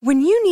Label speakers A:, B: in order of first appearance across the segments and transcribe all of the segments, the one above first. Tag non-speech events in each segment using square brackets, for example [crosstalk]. A: When you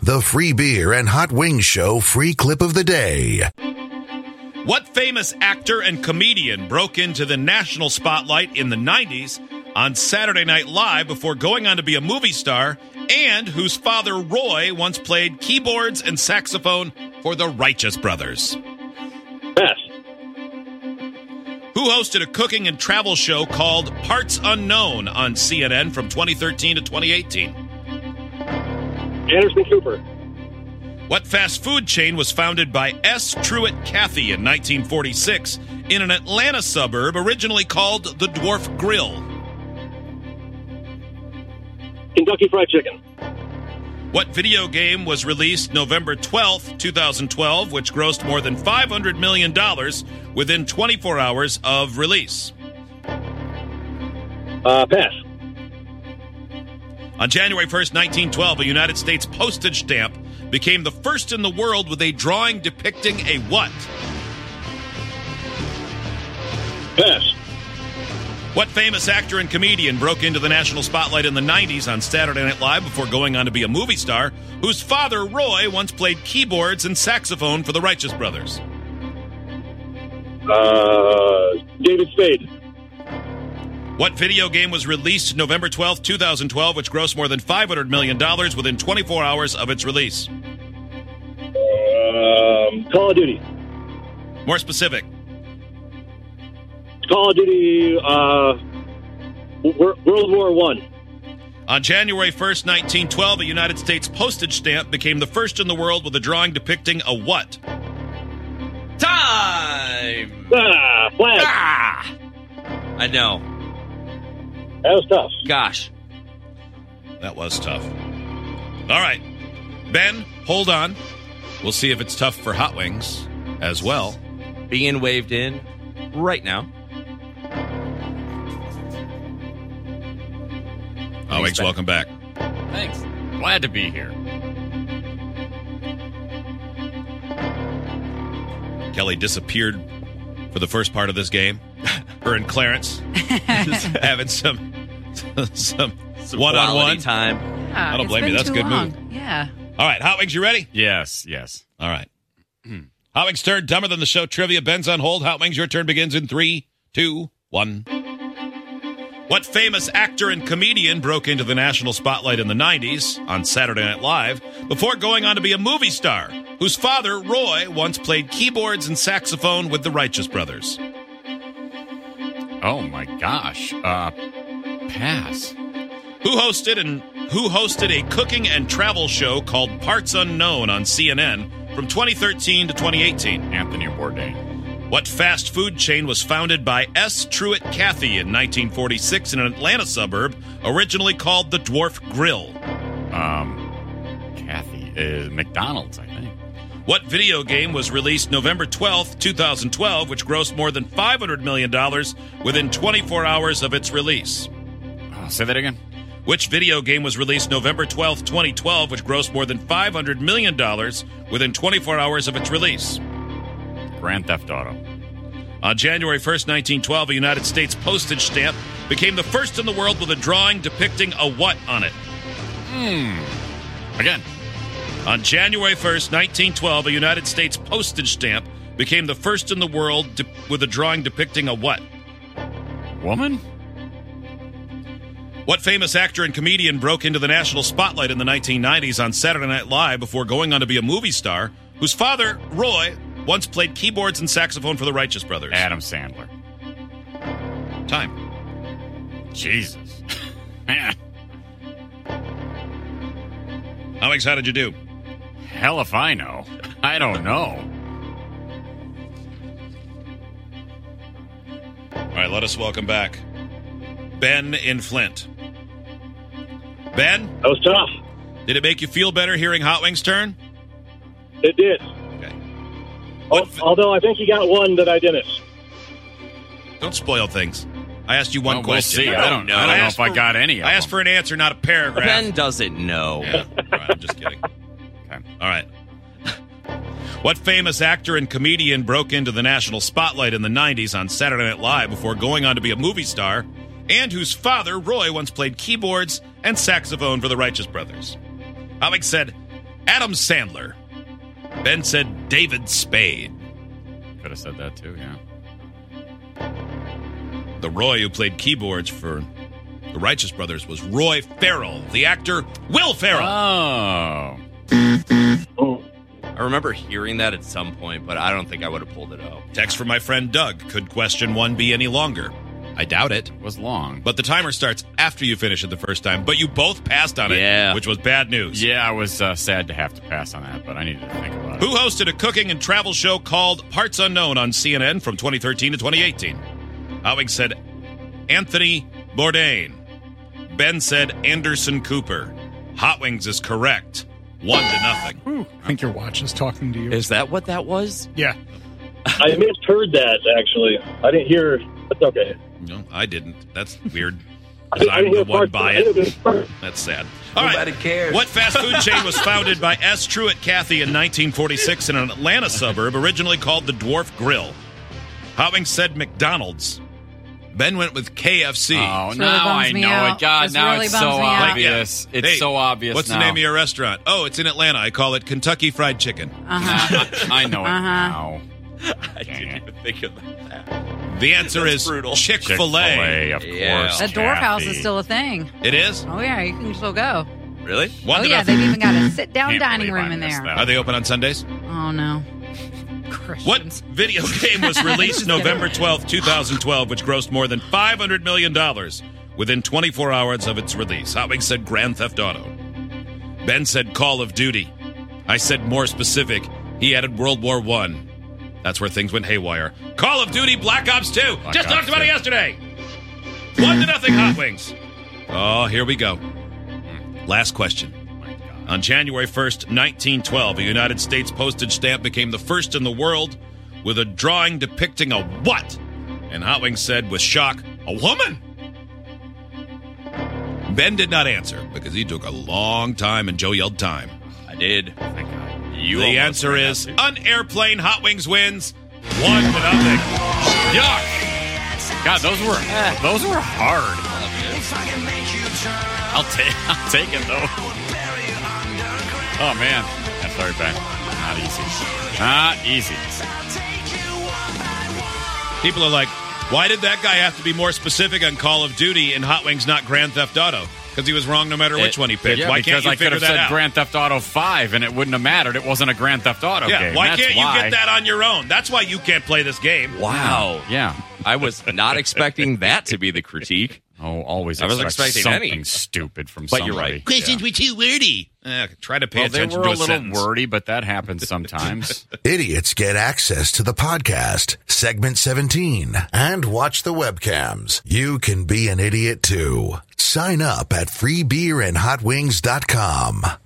B: The Free Beer and Hot Wings Show free clip of the day.
C: What famous actor and comedian broke into the national spotlight in the 90s on Saturday Night Live before going on to be a movie star and whose father Roy once played keyboards and saxophone for the Righteous Brothers?
D: Yes.
C: Who hosted a cooking and travel show called Parts Unknown on CNN from 2013 to 2018?
D: Anderson Cooper.
C: What fast food chain was founded by S. Truett Cathy in 1946 in an Atlanta suburb originally called the Dwarf Grill?
D: Kentucky Fried Chicken.
C: What video game was released November 12, 2012, which grossed more than $500 million within 24 hours of release?
D: Uh, pass.
C: On January 1st, 1912, a United States postage stamp became the first in the world with a drawing depicting a what?
D: Pass.
C: What famous actor and comedian broke into the national spotlight in the 90s on Saturday Night Live before going on to be a movie star, whose father, Roy, once played keyboards and saxophone for the Righteous Brothers?
D: Uh, David Spade.
C: What video game was released November 12, 2012, which grossed more than $500 million within 24 hours of its release?
D: Um, Call of Duty.
C: More specific,
D: Call of Duty. Uh, Wor- World War One.
C: On January 1st, 1912, a United States postage stamp became the first in the world with a drawing depicting a what?
E: Time!
D: Ah, flag.
E: Ah! I know.
D: That was tough.
E: Gosh.
C: That was tough. All right. Ben, hold on. We'll see if it's tough for hot wings as well.
E: Being waved in right now.
C: Hot wings,
E: Ben.
C: welcome back.
F: Thanks. Glad to be here.
C: Kelly disappeared for the first part of this game. Her and
E: [laughs]
C: Clarence [laughs] just having some [laughs] some one on
E: Quality
C: one.
E: time.
G: Yeah,
C: I don't
G: it's
C: blame you.
G: been
C: That's a
G: too
C: good
G: long.
C: move.
G: Yeah.
C: All right, hot wings, you ready?
F: Yes, yes.
C: All right. Hot Wings turn dumber than the show trivia. Ben's on hold. Hot Wings, your turn begins in three, two, one. What famous actor and comedian broke into the national spotlight in the 90s on Saturday Night Live before going on to be a movie star whose father, Roy, once played keyboards and saxophone with the Righteous Brothers?
F: Oh my gosh. Uh pass.
C: Who hosted and who hosted a cooking and travel show called Parts Unknown on CNN from 2013 to 2018?
F: Anthony Bourdain.
C: What fast food chain was founded by S. Truett Cathy in 1946 in an Atlanta suburb originally called the Dwarf Grill?
F: Um Kathy is McDonald's, I think.
C: What video game was released November 12, 2012, which grossed more than $500 million within 24 hours of its release?
F: Oh, say that again.
C: Which video game was released November 12, 2012, which grossed more than $500 million within 24 hours of its release?
F: Grand Theft Auto.
C: On January 1st, 1912, a United States postage stamp became the first in the world with a drawing depicting a what on it?
F: Again.
C: On January 1st, 1912, a United States postage stamp became the first in the world de- with a drawing depicting a what?
F: Woman?
C: What famous actor and comedian broke into the national spotlight in the 1990s on Saturday Night Live before going on to be a movie star, whose father, Roy, once played keyboards and saxophone for the Righteous Brothers?
F: Adam Sandler.
C: Time.
F: Jesus. [laughs] Man,
C: Alex, how did you do?
F: hell if I know. I don't know.
C: All right, let us welcome back Ben in Flint. Ben,
D: That was tough.
C: did it make you feel better hearing Hot Wings turn?
D: It did.
C: Okay.
D: Al-
C: What-
D: Although I think you got one that I didn't.
C: Don't spoil things. I asked you one
F: Well, we'll
C: question.
F: see. I don't know. I don't know
C: asked
F: if I
C: for-
F: got any of
C: I asked for
F: them.
C: an answer, not a paragraph.
E: Ben doesn't know.
C: Yeah, all right, I'm just kidding.
F: Okay.
C: All right. What famous actor and comedian broke into the national spotlight in the 90s on Saturday Night Live before going on to be a movie star, and whose father, Roy, once played keyboards and saxophone for the Righteous Brothers? Alex said Adam Sandler. Ben said David Spade.
F: Could have said that too, yeah.
C: The Roy who played keyboards for the Righteous Brothers was Roy Farrell, the actor Will Farrell.
F: Oh.
D: Oh,
E: I remember hearing that at some point, but I don't think I would have pulled it out.
C: Text from my friend Doug. Could question one be any longer? I doubt it.
F: Was long.
C: But the timer starts after you finish it the first time. But you both passed on it,
E: Yeah.
C: which was bad news.
F: Yeah, I was uh, sad to have to pass on that, but I needed to think about
C: Who
F: it.
C: hosted a cooking and travel show called Parts Unknown on CNN from 2013 to 2018? Howing said Anthony Bourdain. Ben said Anderson Cooper. Hot Wings is correct. One to nothing.
G: I think your watch is talking to you.
E: Is that what that was?
G: yeah.
D: I misheard that, actually. I didn't hear. That's okay.
C: No, I didn't. That's weird.
D: [laughs] I
C: 'Cause
D: didn't- I
C: I'm
D: didn't
C: the
D: hear
C: one
D: parts-
C: by
D: I
C: it.
D: didn't hear-
C: That's sad. All right.
E: Nobody cares.
C: What fast food chain was founded by S. Truett Cathy in 1946 in an Atlanta suburb originally called the Dwarf Grill? Having said McDonald's, Ben went with KFC.
F: Oh,
H: This really
F: now
H: bums
F: I
H: me
F: know
H: out.
F: it. God,
H: This
F: now
H: really
F: it's
H: bums
F: so
H: me out.
C: Like, yeah.
F: obvious. It's
C: Hey,
F: so obvious
C: What's
F: now.
C: the name of your restaurant? Oh, it's in Atlanta. I call it Kentucky Fried Chicken.
F: I know it
H: Uh-huh.
F: now.
E: [laughs] I
F: Dang
E: didn't
F: it.
E: even think of that.
C: The answer
E: That's
C: is
E: brutal.
C: Chick fil A.
F: Chick-fil-A, of
E: Yeah.
F: course.
H: That dwarf house is
F: Kathy.
H: still a thing.
C: It is?
H: Oh yeah, you can still go.
E: Really?
C: One
H: oh
C: to
H: yeah,
C: nothing.
H: they've even got a sit down
F: Can't
H: dining
F: believe I
H: room in
F: missed
H: there.
F: that.
C: Are they open on Sundays?
H: Oh no.
C: What
H: Christians.
C: video game was
H: [laughs]
C: released
H: Just
C: November
H: kidding.
C: 12th, 2012, which grossed more than $500 million within 24 hours of its release? Hotwing said Grand Theft Auto. Ben said Call of Duty. I said more specific. He added World War One. That's where things went haywire. Call of Duty Black Ops 2.
F: Black
C: Just
F: Ops
C: talked about
F: 2.
C: it yesterday. One to nothing, Hot Wings. Oh, here we go. Hmm. Last question. On January 1st, 1912, a United States postage stamp became the first in the world with a drawing depicting a what? And Hot Wings said with shock, a woman. Ben did not answer because he took a long time and Joe yelled time.
E: I did.
F: Thank God.
E: You
C: the
E: almost
C: answer
E: ran
C: is an
E: out,
C: airplane. Hot Wings wins one to nothing. Yuck.
F: God, those were those were hard. I'll take [laughs] I'll take it though. Oh man, I'm sorry, Ben. Not easy. Not easy.
C: People are like, why did that guy have to be more specific on Call of Duty and Hot Wings, not Grand Theft Auto? Because he was wrong no matter which
E: It-
C: one he picked.
F: Yeah,
C: why
F: because
C: can't you
F: I could
C: figure
F: have
C: that
F: said
C: out?
F: Grand Theft Auto Five, and it wouldn't have mattered. It wasn't a Grand Theft Auto
C: yeah,
F: game.
C: why
F: That's
C: can't
F: why.
C: you get that on your own? That's why you can't play this game.
E: Wow.
F: Yeah.
E: I was not expecting that to be the critique. [laughs]
F: Oh, always.
E: I was
F: expect
E: expecting
F: something
E: any.
F: stupid from
E: But
F: somebody.
E: you're right.
C: Questions were too wordy. Eh, try to pay
F: Well, they
C: attention
F: were
C: to a,
F: a little
C: sentence.
F: wordy, but that [laughs] happens sometimes.
B: Idiots get access to the podcast, segment 17, and watch the webcams. You can be an idiot too. Sign up at freebeerandhotwings.com.